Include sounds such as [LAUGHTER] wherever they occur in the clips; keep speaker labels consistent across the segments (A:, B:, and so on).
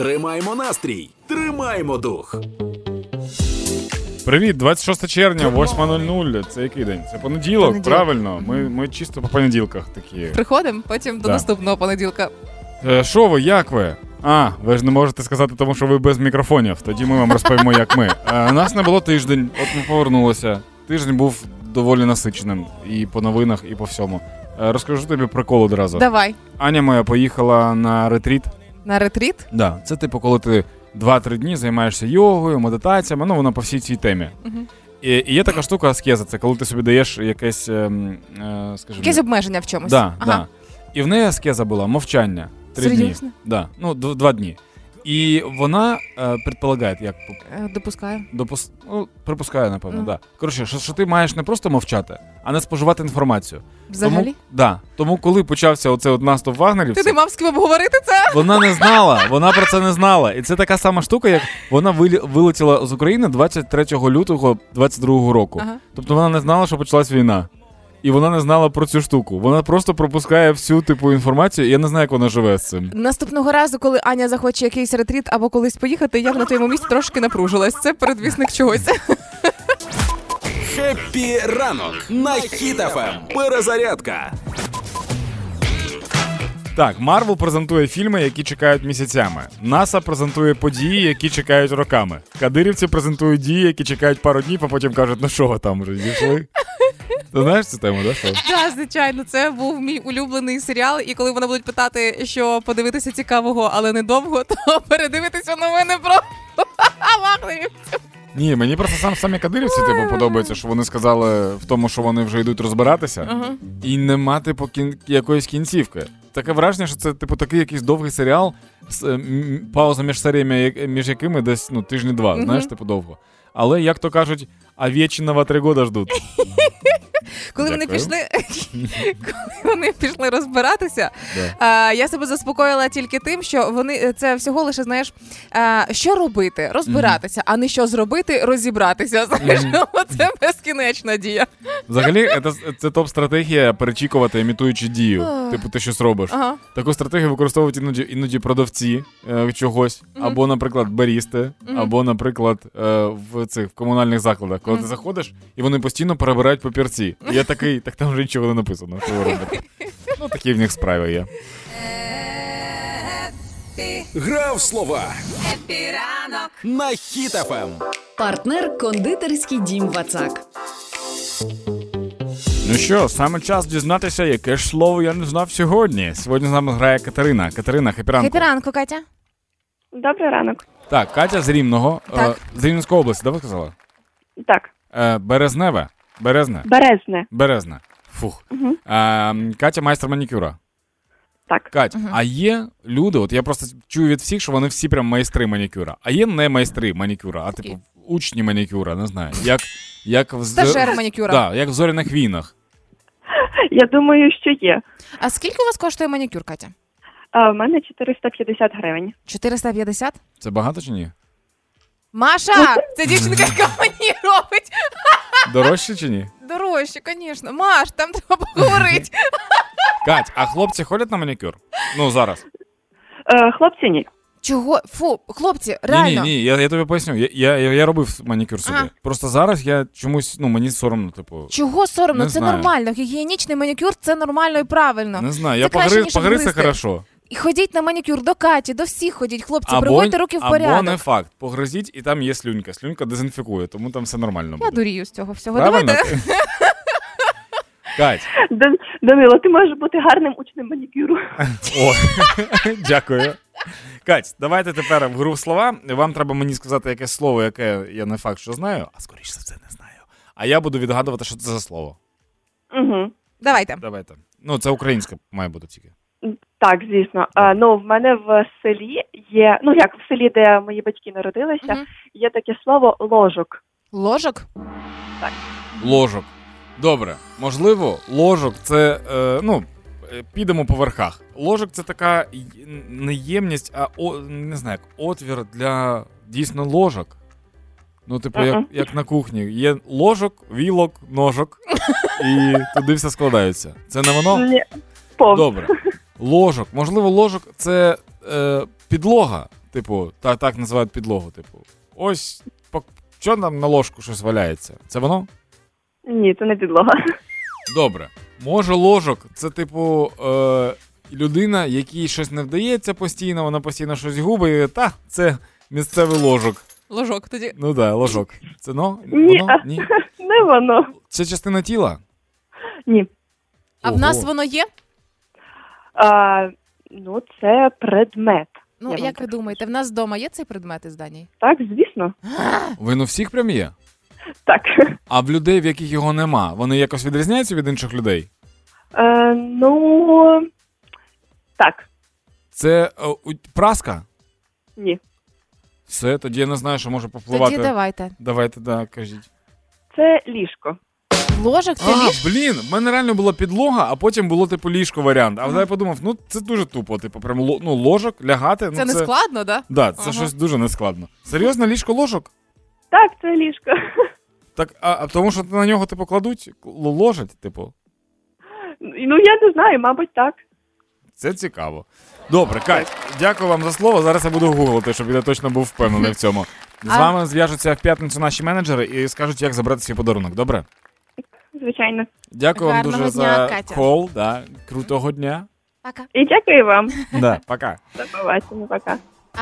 A: Тримаємо настрій, тримаємо дух.
B: Привіт, 26 червня, 8.00. Це який день? Це понеділок,
C: Понеділок.
B: правильно. Ми, ми чисто по понеділках такі.
C: Приходимо потім до
B: Да.
C: наступного понеділка.
B: Е, Що ви, як ви? А, ви ж не можете сказати, тому що ви без мікрофонів. Тоді ми вам розповімо, як ми. Е, нас не було тиждень, от ми повернулися. Тиждень був доволі насиченим і по новинах, і по всьому. Е, розкажу тобі прикол одразу.
C: Давай
B: Аня моя поїхала на ретріт.
C: на ретріт.
B: Да, це типу, коли ти 2-3 дні займаєшся йогою, медитаціями, ну вона по всій цій темі.
C: Мгм.
B: І, і є така штука аскеза, це коли ти собі даєш якесь, ем, е, скажімо,
C: Якесь обмеження в чомусь.
B: Да, да. І в неї аскеза була мовчання. Три
C: Серйозно?
B: дні. Да. Ну, д- два дні. І вона е, предполагає, як
C: Е, Допускаю.
B: допус... ну, припускає, напевно,
C: Ну.
B: да. Коротше, що, що ти маєш не просто мовчати, а не споживати інформацію.
C: Взагалі.
B: Тому, да. Тому коли почався оцей от наступ
C: Ти
B: вагнерівців,
C: не мав з ким обговорити це?
B: вона не знала, вона про це не знала. І це така сама штука, як вона вилі- вилетіла з України 23 лютого 22 року.
C: Ага.
B: Тобто вона не знала, що почалась війна. І вона не знала про цю штуку. Вона просто пропускає всю типу інформацію. і Я не знаю, як вона живе з цим.
C: Наступного разу, коли Аня захоче якийсь ретріт або колись поїхати, я б на твоєму місці трошки напружилась. Це
B: [LAUGHS]
C: передвісник чогось.
A: Хеппі ранок на хітафем. Перезарядка.
B: Так, Марвел презентує фільми, які чекають місяцями. НАСА презентує події, які чекають роками. Кадирівці презентують дії, які чекають пару днів, а потім кажуть, ну що ви там вже дійшли. Ти знаєш цю тему, да? Слав?
C: Так, звичайно, це був мій улюблений серіал. І коли вони будуть питати, що подивитися цікавого, але недовго, [LAUGHS] то передивитися новини про [LAUGHS] вагнерів.
B: Ні, мені просто сам самі кадирівці типу подобається, що вони сказали в тому, що вони вже йдуть розбиратися, і не мати по кін... якоїсь кінцівки. Таке враження, що це типу такий якийсь довгий серіал, з, е, м, пауза між серіями, як- між якими десь ну тижні два,
C: Мгм.
B: знаєш, типу довго. Але як то кажуть, а вічного три года ждуть.
C: Коли вони
B: Дякую. [LAUGHS]
C: пішли, коли вони пішли розбиратися,
B: Да.
C: е, я себе заспокоїла тільки тим, що вони це всього лише знаєш, е, що робити, розбиратися, а не що зробити, розібратися. Знаєш, [LAUGHS] це безкінечна дія.
B: Взагалі, це, це топ-стратегія перечікувати, імітуючи дію.
C: Ах.
B: Типу, ти щось робиш.
C: Ага.
B: Таку стратегію використовують іноді іноді продавці е, чогось, або, наприклад, барісти, або, наприклад, е, в цих в комунальних закладах, коли ти заходиш, і вони постійно перебирають папірці. І я такий, так там вже нічого не написано. Що ви робите? Ну такі в них справи є.
A: Гра в слова. Хеппі ранок на Ем. хітафем.
D: Партнер кондитерський дім Вацак.
B: Ну що, саме час дізнатися, яке ж слово я не знав сьогодні. Сьогодні з нами грає Катерина. Катерина, хепіранку.
C: Хепіранку, Катя.
E: Добрий ранок.
B: Так, Катя з Рівного, е,
C: Так.
B: з Рівненської області, да ви сказала?
E: Так,
B: Е, Березневе. Березне.
E: березне.
B: Березна. Фух. Е, Катя майстер манікюра.
E: Так.
B: Кать, а є люди, от я просто чую від всіх, що вони всі прям майстри манікюра. А є не майстри манікюра, а типу учні манікюра, не знаю. Як, як в з-
C: Стажер манікюра.
B: Да, як в зоряних війнах.
E: Я думаю, що є.
C: А скільки у вас коштує манікюр, Катя?
E: А в мене 450 гривень.
C: 450?
B: Це багато чи ні?
C: Маша, це дівчинка, яка мені робить
B: Дорожче чи ні?
C: дорожче, звісно. Маш, там треба
B: [LAUGHS]
C: поговорити.
B: Кать, а хлопці ходять на манікюр? Ну зараз.
E: Е, хлопці, ні.
C: Чого? Фу, хлопці,
B: Ні,
C: реально.
B: ні, ні, я, я тобі поясню. Я, я, я я робив манікюр собі.
C: Ага.
B: Просто зараз я чомусь, ну мені соромно, типу.
C: Чого соромно?
B: Не
C: це
B: знаю. Ну.
C: нормально. Гігієнічний манікюр це нормально і правильно.
B: Не знаю, я
C: Це краще,
B: погриз,
C: ніж
B: погризся
C: гризти.
B: хорошо.
C: І ходіть на манікюр до Каті, до всіх ходіть, хлопці, приводьте руки в
B: Або
C: порядок.
B: не факт. Погризіть, і там є слюнька. Слюнька дезінфікує, тому там все нормально
C: Я
B: буде.
C: дурію з цього всього.
B: Правильно?
C: Давайте
B: [LAUGHS] Кать,
E: Дан- Данило, ти можеш бути гарним учнем манікюру.
B: о, [LAUGHS] дякую. Кать, давайте тепер в гру в слова. Вам треба мені сказати якесь слово, яке я не факт, що знаю, а скоріше за все не знаю. А я буду відгадувати, що це за слово.
E: Угу.
C: давайте.
B: Давайте. Ну, це українське має бути тільки.
E: Так, звісно. Е, ну, в мене в селі є, ну як в селі, де мої батьки народилися,
C: Мгм.
E: є таке слово ложок.
C: Ложок?
B: Ложок. Добре, можливо, ложок це е, ну. е, Підемо по верхах. Ложок це така й- не ємність, а о, не знаю, як отвір для дійсно ложок. Ну, типу, як,
E: Мгм.
B: як на кухні. Є ложок, вілок, ножок, і туди все складається. Це не воно?
E: Ні, повз.
B: Добре. Ложок. Можливо, ложок це е, підлога. Типу, та, так називають підлогу. Типу, ось пок- що нам на ложку щось валяється? Це воно?
E: Ні, це не підлога. [LAUGHS]
B: Добре. Може, ложок, це типу. Е... Людина, якій щось не вдається постійно, вона постійно щось губить, та це місцевий ложок.
C: Ложок тоді.
B: Ну да, ложок. Це но?
E: Ні.
B: Воно? Ні.
E: Не воно.
B: Це частина тіла?
E: Ні.
C: А в
B: Ого.
C: нас воно є?
E: А, ну, це предмет.
C: Ну,
E: Я вам
C: як ви
E: так
C: думаєте, в нас вдома є цей предмет із Данії?
E: Так, звісно.
B: Він у всіх прям є.
E: Так.
B: А в людей, в яких його нема, вони якось відрізняються від інших людей.
E: Е, ну, так,
B: Це е, у- праска?
E: ні.
B: Все, тоді я не знаю, що може попливати.
C: Тоді давайте.
B: Давайте, да, кажіть.
E: Це ліжко.
C: Ложок це
B: А,
C: ліж?
B: блін, в мене реально була підлога, а потім було типу ліжко варіант. А я подумав, ну це дуже тупо, типу, прям ло- ну, ложок, лягати. ну,
C: Це не складно, да?
B: Да, це
C: Ага.
B: щось дуже нескладно. Серйозно, ліжко ложок?
E: Так, це ліжко. [LAUGHS]
B: Так, а, а тому що на нього типу кладуть, л- ложать, типу.
E: Ну, я не знаю, мабуть, так.
B: Це цікаво. Добре, Кать, дякую вам за слово. Зараз я буду гуглити, щоб я точно був впевнений в
C: [LAUGHS]
B: цьому. З
C: А-
B: вами зв'яжуться в п'ятницю наші менеджери і скажуть, як забрати свій подарунок. Добре?
E: Звичайно.
B: Дякую вам
C: Гарного
B: дуже
C: дня,
B: за
C: Катя.
B: кол. Да. Крутого
C: [LAUGHS]
B: дня.
C: Пока.
E: І дякую вам.
B: Да. Пока.
E: До побачення, пока.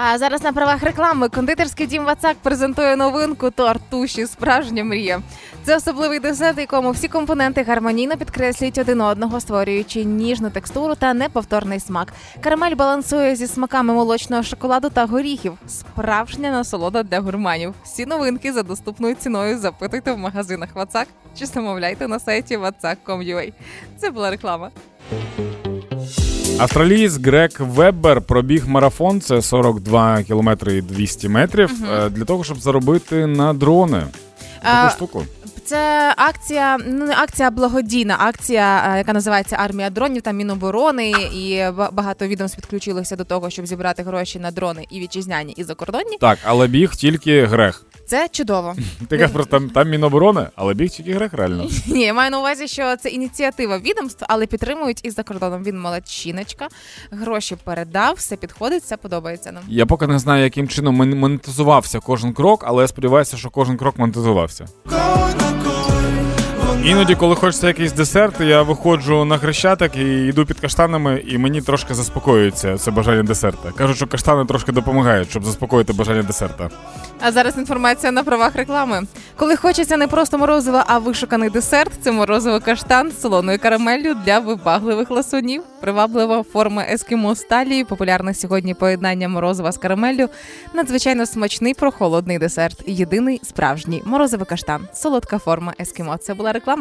C: А зараз на правах реклами кондитерський дім Вацак презентує новинку торт туші справжня мрія. Це особливий десерт, якому всі компоненти гармонійно підкреслюють один одного, створюючи ніжну текстуру та неповторний смак. Карамель балансує зі смаками молочного шоколаду та горіхів. Справжня насолода для гурманів. Всі новинки за доступною ціною запитуйте в магазинах Вацак чи замовляйте на сайті vatsak.com.ua. Це була реклама.
B: Австралієць Грег Вебер пробіг марафон. Це 42 кілометри і 200 метрів. е, Для того, щоб заробити на дрони. Таку штуку.
C: Це акція, ну не акція а благодійна, акція, е, яка називається Армія дронів та Міноборони, і ба- багато відомств підключилося до того, щоб зібрати гроші на дрони і вітчизняні, і закордонні.
B: Так, але біг тільки Грег.
C: Це чудово. [LAUGHS]
B: Ти кажеш, просто там, там Міноборони, але біг тільки Грег, реально.
C: Ні, я маю на увазі, що це ініціатива відомств, але підтримують і за кордоном. Він молодчиночка, гроші передав, все підходить, все подобається нам.
B: Я поки не знаю, яким чином мон- монетизувався кожен крок, але я сподіваюся, що кожен крок монетизувався. Іноді, коли хочеться якийсь десерт, я виходжу на хрещатик і йду під каштанами, і мені трошки заспокоюється це бажання десерта. Кажуть, що каштани трошки допомагають, щоб заспокоїти бажання десерта.
C: А зараз інформація на правах реклами. Коли хочеться не просто морозиво, а вишуканий десерт, це морозиво каштан з солоною карамеллю для вибагливих ласунів. Приваблива форма ескімо сталі, популярне сьогодні поєднання морозива з карамеллю. Надзвичайно смачний прохолодний десерт. Єдиний справжній морозиво каштан. Солодка форма ескімо. Це була реклама.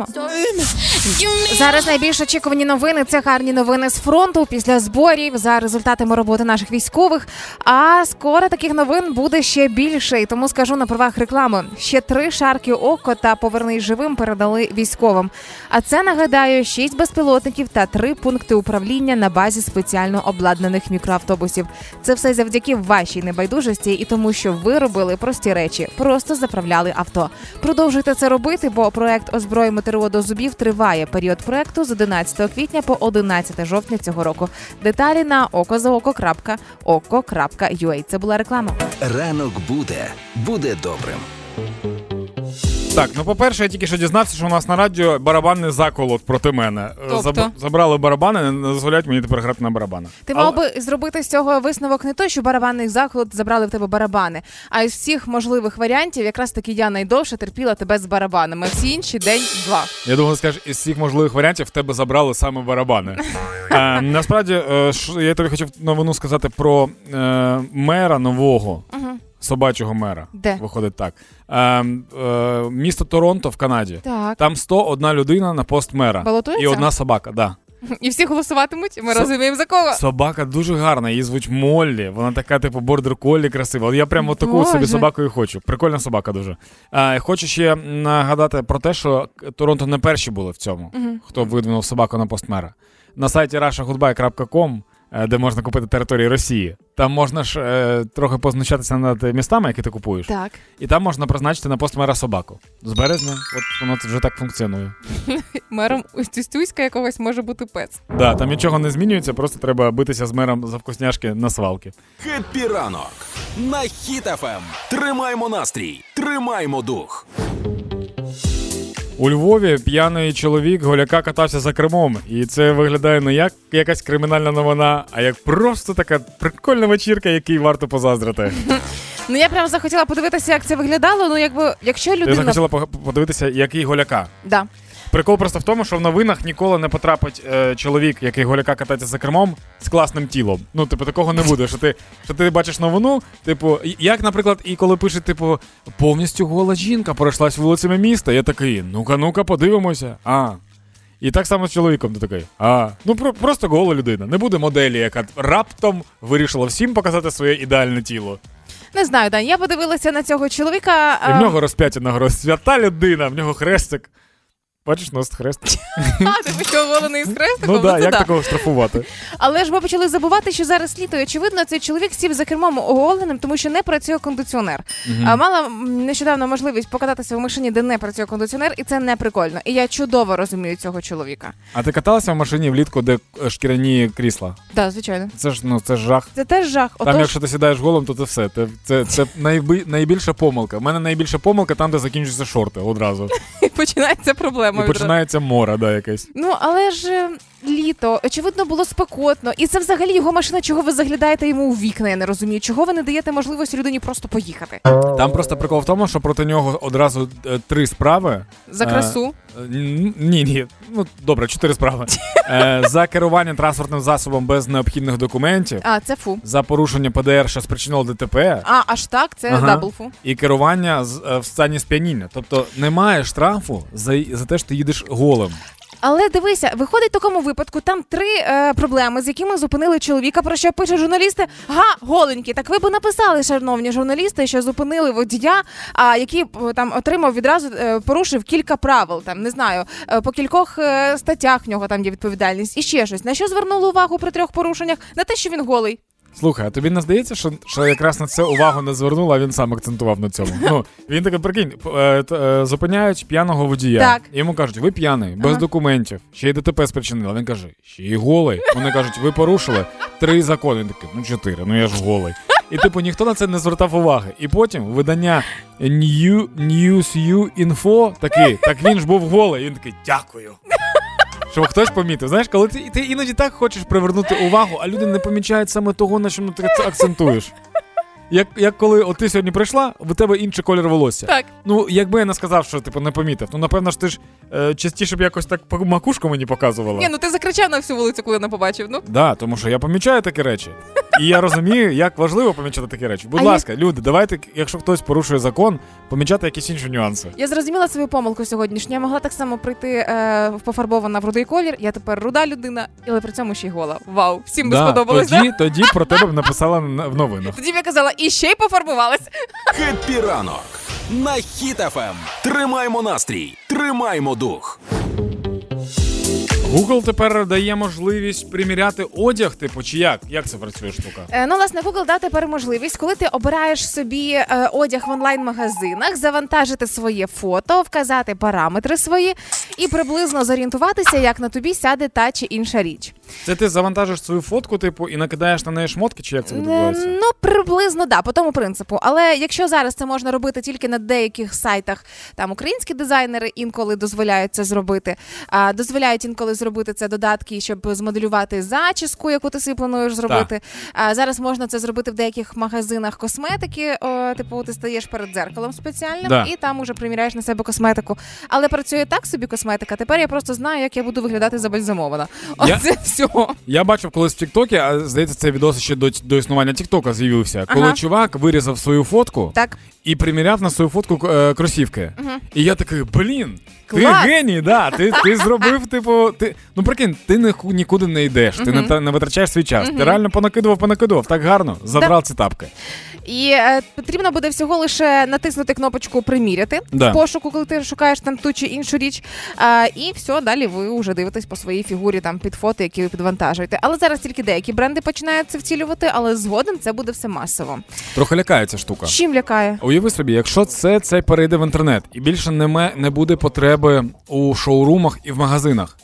C: Зараз найбільш очікувані новини це гарні новини з фронту після зборів за результатами роботи наших військових. А скоро таких новин буде ще більше. І тому скажу на правах реклами: ще три шарки око та поверний живим передали військовим. А це нагадаю шість безпілотників та три пункти управління на базі спеціально обладнаних мікроавтобусів. Це все завдяки вашій небайдужості і тому, що ви робили прості речі, просто заправляли авто. Продовжуйте це робити, бо проект озброїмо ТРО до зубів триває. Період проекту з 11 квітня по 11 жовтня цього року. Деталі на okozaoko.oko.ua. Це була реклама.
A: Ранок буде, буде добрим.
B: Так, ну по-перше, я тільки що дізнався, що у нас на радіо барабанний заколот проти мене. Е,
C: Тобто?
B: забрали барабани, не- не дозволяють мені тепер грати на барабанах.
C: Ти
B: Але-
C: мав би зробити з цього висновок не той, що барабанний заклад забрали в тебе барабани, а із всіх можливих варіантів, якраз таки я найдовше терпіла тебе з барабанами. Всі інші день-два.
B: Я думаю, скажеш, із всіх можливих варіантів в тебе забрали саме барабани. Е, насправді, е, ш- я тобі хотів новину сказати про е, мера нового. Собачого мера.
C: Де?
B: Виходить так. Е, е, місто Торонто в Канаді.
C: Так
B: Там 101 людина на пост мера.
C: Балотується?
B: І одна собака, да.
C: [LAUGHS] і всі голосуватимуть. Ми
B: Со-
C: розуміємо за кого.
B: Собака дуже гарна, її звуть Моллі. Вона така, типу, бордер колі красива. От Я прямо от таку от собі
C: Боже.
B: собаку і хочу. Прикольна собака дуже. Е, хочу ще нагадати про те, що Торонто не перші були в цьому, хто видвинув собаку на постмера. На сайті russiagoodbye.com е, де можна купити території Росії. Там можна ж е, трохи познущатися над містами, які ти купуєш,
C: Так.
B: і там можна призначити на пост мера собаку. З березня, от воно вже так функціонує.
C: Мером Устюстюська якогось може бути пес.
B: Да, там нічого не змінюється, просто треба битися з мером за вкусняшки на свалки.
A: Хеппі ранок на хітафем. Тримаймо настрій, тримаймо дух.
B: У Львові п'яний чоловік голяка катався за кермом, і це виглядає не як якась кримінальна новина, а як просто така прикольна вечірка, якій варто позаздрити.
C: Ну я прям захотіла подивитися, як це виглядало. Ну, якби якщо
B: Ти
C: людина
B: захотіла пог- подивитися, який голяка.
C: да.
B: Прикол просто в тому, що в новинах ніколи не потрапить е, чоловік, який голяка катається за кермом з класним тілом. Ну, типу, такого не буде. Що ти, що ти бачиш новину, типу, і- як, наприклад, і коли пише, типу, повністю гола жінка пройшлась вулицями міста, я такий, ну-ка, ну-ка, подивимося. А. І так само з чоловіком ти такий. А, ну про- просто гола людина. Не буде моделі, яка раптом вирішила всім показати своє ідеальне тіло.
C: не знаю, да. Я подивилася на цього чоловіка.
B: І
C: а,
B: в нього розп'яття на гроз. Свята людина, в нього хрестик. Бачиш, носить хрест.
C: а, [LAUGHS] типу, що оголений з хрестиком.
B: Ну да,
C: це
B: як такого штрафувати?
C: Але ж ми почали забувати, що зараз літо. І очевидно, цей чоловік сів за кермом оголеним, тому що не працює кондиціонер. А мала м, нещодавно можливість покататися в машині, де не працює кондиціонер, і це не прикольно. І я чудово розумію цього чоловіка.
B: А ти каталася в машині влітку, де е, шкіряні крісла?
C: Так, звичайно.
B: Це ж ну це ж жах.
C: Це теж жах.
B: Там, якщо ти сідаєш голим, то це все. Це, це, це найби, найбільша помилка. У мене найбільша помилка там, де закінчуються шорти одразу.
C: починається проблема.
B: І починається мора, да, якесь.
C: Ну але ж е, літо, очевидно, було спекотно. І це взагалі його машина, чого ви заглядаєте йому у вікна. Я не розумію, чого ви не даєте можливості людині просто поїхати
B: Там просто прикол в тому, що проти нього одразу е, три справи.
C: за
B: Е,
C: красу.
B: Е, Ні, ні. Ну добре, чотири справи. Е, за керування транспортним засобом без необхідних документів,
C: А це фу.
B: за порушення ПДР, що спричинило ДТП,
C: А аж так, це
B: Ага.
C: даблфу.
B: і керування з- е, в стані сп'яніння. Тобто немає штрафу за, за те, що ти їдеш голим.
C: Але дивися, виходить в такому випадку. Там три е, проблеми, з якими зупинили чоловіка. Про що пишуть журналісти. Га, голенькі. Так ви б написали, шановні журналісти, що зупинили водія, а який е, там отримав відразу е, порушив кілька правил. Там не знаю, е, по кількох е, статтях в нього там є відповідальність і ще щось. На що звернули увагу при трьох порушеннях? На те, що він голий.
B: Слухай, а тобі не здається, що, що якраз на це увагу не звернула, а він сам акцентував на цьому. Ну він таке прикинь, п- е, т- е, зупиняють п'яного водія.
C: Так.
B: Йому кажуть, ви п'яний, без
C: Ага.
B: документів, ще й ДТП спричинили. Він каже, ще й голий. Вони кажуть, ви порушили три закони. Він такий, ну чотири, ну я ж голий. І типу ніхто на це не звертав уваги. І потім видання New News U Info такий, так він ж був голий. І він такий, дякую. Щоб хтось помітив. Знаєш, коли ти, ти іноді так хочеш привернути увагу, а люди не помічають саме того, на чому ти це акцентуєш. Як, як коли от ти сьогодні прийшла, в тебе інший колір волосся.
C: Так.
B: Ну, якби я не сказав, що типу не помітив, ну напевно ж ти ж е, частіше б якось так по- макушку мені показувала.
C: Ні, ну ти закричав на всю вулицю, коли не побачив. Ну
B: Да, тому що я помічаю такі речі. І я розумію, як важливо помічати такі речі. Будь
C: А
B: ласка, люди, давайте, якщо хтось порушує закон, помічати якісь інші нюанси.
C: Я зрозуміла свою помилку сьогоднішню. Я могла так само прийти е, пофарбована в рудий колір. Я тепер руда людина, але при цьому ще й гола. Вау, всім би сподобалось.
B: тоді,
C: да?
B: тоді про тебе б написала на- в новинах.
C: Тоді б я казала, і ще й пофарбувалась.
A: Хеппі ранок на хітафем. Тримаймо настрій, тримаймо дух.
B: Google тепер дає можливість приміряти одяг, типу, чи як? Як це працює штука?
C: Е, ну, власне, Google дав тепер можливість, коли ти обираєш собі е, одяг в онлайн-магазинах, завантажити своє фото, вказати параметри свої і приблизно зорієнтуватися, як на тобі сяде та чи інша річ.
B: Це ти завантажиш свою фотку, типу, і накидаєш на неї шмотки, чи як це
C: Е,
B: відбувається?
C: Ну, приблизно да, по тому принципу. Але якщо зараз це можна робити тільки на деяких сайтах, там українські дизайнери інколи дозволяють це зробити. А, дозволяють інколи зробити це додатки, щоб змоделювати зачіску, яку ти собі плануєш зробити. А, зараз можна це зробити в деяких магазинах косметики. О, типу, ти стаєш перед дзеркалом спеціальним
B: Да.
C: і там уже приміряєш на себе косметику. Але працює так собі косметика. Тепер я просто знаю, як я буду виглядати забальзамована.
B: Я-
C: Оце все.
B: Я бачив колись в Тіктокі, а здається, цей відос ще до, до існування Тіктока з'явився. Коли
C: Ага.
B: чувак вирізав свою фотку
C: Так.
B: і приміряв на свою фотку е, кросівки. І я такий, блін, ти
C: Клас!»
B: геній, да, ти, ти зробив, типу, ти. Ну прикинь, ти не, ху- нікуди не йдеш, ти не, та- не витрачаєш свій час. Ти реально понакидував, понакидував, так гарно, забрав ці тапки.
C: І е, потрібно буде всього лише натиснути кнопочку приміряти
B: Да.
C: в пошуку, коли ти шукаєш там ту чи іншу річ. Е, і все, далі ви вже дивитесь по своїй фігурі там під фото, які ви підвантажуєте. Але зараз тільки деякі бренди починають це втілювати, але згодом це буде все масово.
B: Трохи лякає ця штука.
C: Чим лякає?
B: Уяви собі, якщо це, це перейде в інтернет, і більше не, ме- не буде потреби у шоурумах і в магазинах.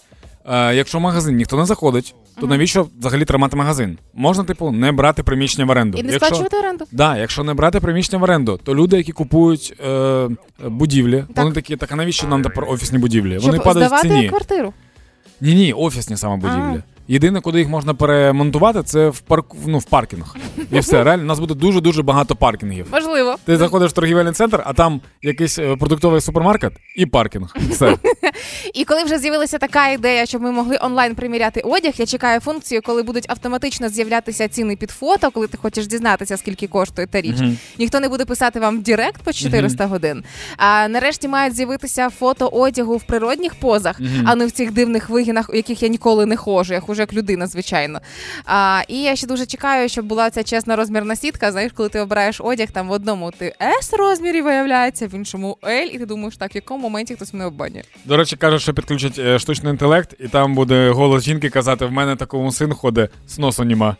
B: Е, якщо в магазин ніхто не заходить, то навіщо взагалі тримати магазин? Можна, типу, не брати приміщення в оренду.
C: І не
B: Якщо-
C: сплачувати оренду.
B: Да, якщо не брати приміщення в оренду, то люди, які купують е, будівлі,
C: Так.
B: вони такі, так а навіщо нам тепер офісні будівлі? Вони
C: Щоб
B: падають в
C: здавати
B: ціні.
C: квартиру.
B: Ні, ні, офісні саме будівлі.
C: А.
B: Єдине, куди їх можна перемонтувати, це в парк, ну, в паркінг. І все, реально, у нас буде дуже дуже багато паркінгів.
C: Можливо.
B: Ти заходиш в торгівельний центр, а там якийсь е, продуктовий супермаркет і паркінг. Все.
C: І коли вже з'явилася така ідея, щоб ми могли онлайн приміряти одяг, я чекаю функцію, коли будуть автоматично з'являтися ціни під фото, коли ти хочеш дізнатися, скільки коштує та річ. Ніхто не буде писати вам в директ по 400 годин. А нарешті мають з'явитися фото одягу в природних позах, а не в цих дивних вигинах, у яких я ніколи не ходжу. Я хожу як людина, звичайно. А, і я ще дуже чекаю, щоб була ця чесна розмірна сітка. Знаєш, коли ти обираєш одяг, там в одному ти S розмірі виявляється, в іншому L, і ти думаєш, так в якому моменті хтось мене обманює.
B: До речі, кажуть, що підключать е, штучний інтелект, і там буде голос жінки казати: в мене такому син ходить, з носу нема.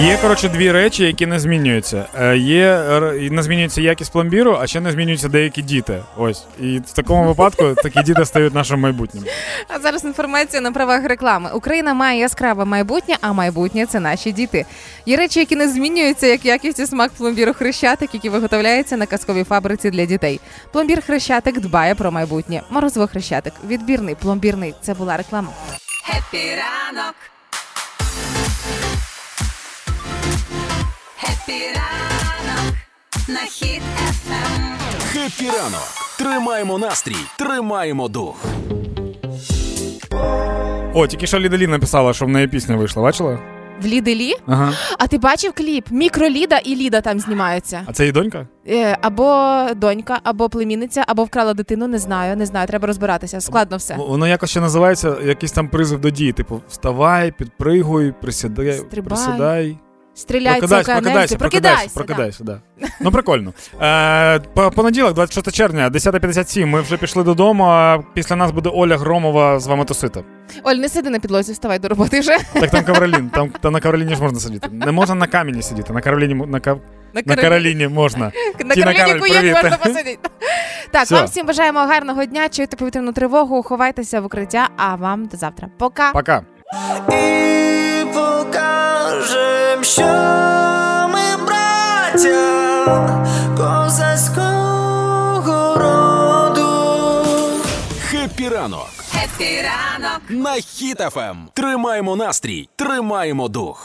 B: Є, коротше, дві речі, які не змінюються. Е, Є р- і не змінюється якість пломбіру, а ще не змінюються деякі діти. Ось. І в такому випадку такі діти стають нашим майбутнім.
C: А зараз інформація на правах реклами. Україна має яскраве майбутнє, а майбутнє це наші діти. Є речі, які не змінюються, як якість і смак пломбіру хрещатик, які виготовляються на казковій фабриці для дітей. Пломбір хрещатик дбає про майбутнє. Морозиво хрещатик. Відбірний, пломбірний. Це була реклама.
A: Хеппі ранок. Тримаємо настрій, тримаємо дух.
B: О, тільки що Лідалі написала, що в неї пісня вийшла, бачила?
C: В Ліди Лі?
B: Ага.
C: А ти бачив кліп? Мікроліда і Ліда там знімаються.
B: А це її донька?
C: Е, або донька, або племінниця, або вкрала дитину. Не знаю, не знаю. Треба розбиратися. Складно все.
B: В- Воно якось ще називається якийсь там призив до дії, типу вставай, підпригуй, присідай,
C: Стрибай.
B: присідай.
C: Стріляй, цокає нельзя.
B: прокидайся,
C: да.
B: прокидайся, да. Ну прикольно. Е, по- понеділок, 26 червня, 10.57, Ми вже пішли додому. а Після нас буде Оля Громова з вами тусити.
C: Оль, не сиди на підлозі, вставай до роботи вже.
B: Так там Кавролін, там та на Кавроліні ж можна сидіти. Не можна на камені сидіти, на Кавроліні м- на, кав... на Кароліні можна.
C: [LAUGHS] на
B: Тіна Кароль,
C: Кароліні Куєн
B: привіт. [LAUGHS]
C: можна посидіти. Так,
B: Все.
C: вам всім бажаємо гарного дня, чуйте повітряну тривогу, ховайтеся в укриття, а вам до завтра. Пока.
B: Пока.
F: І покажем, що ми браття козацького роду.
A: Хеппі ранок. Хеппі ранок. На хітафем. Ем. Тримаємо настрій, тримаємо дух.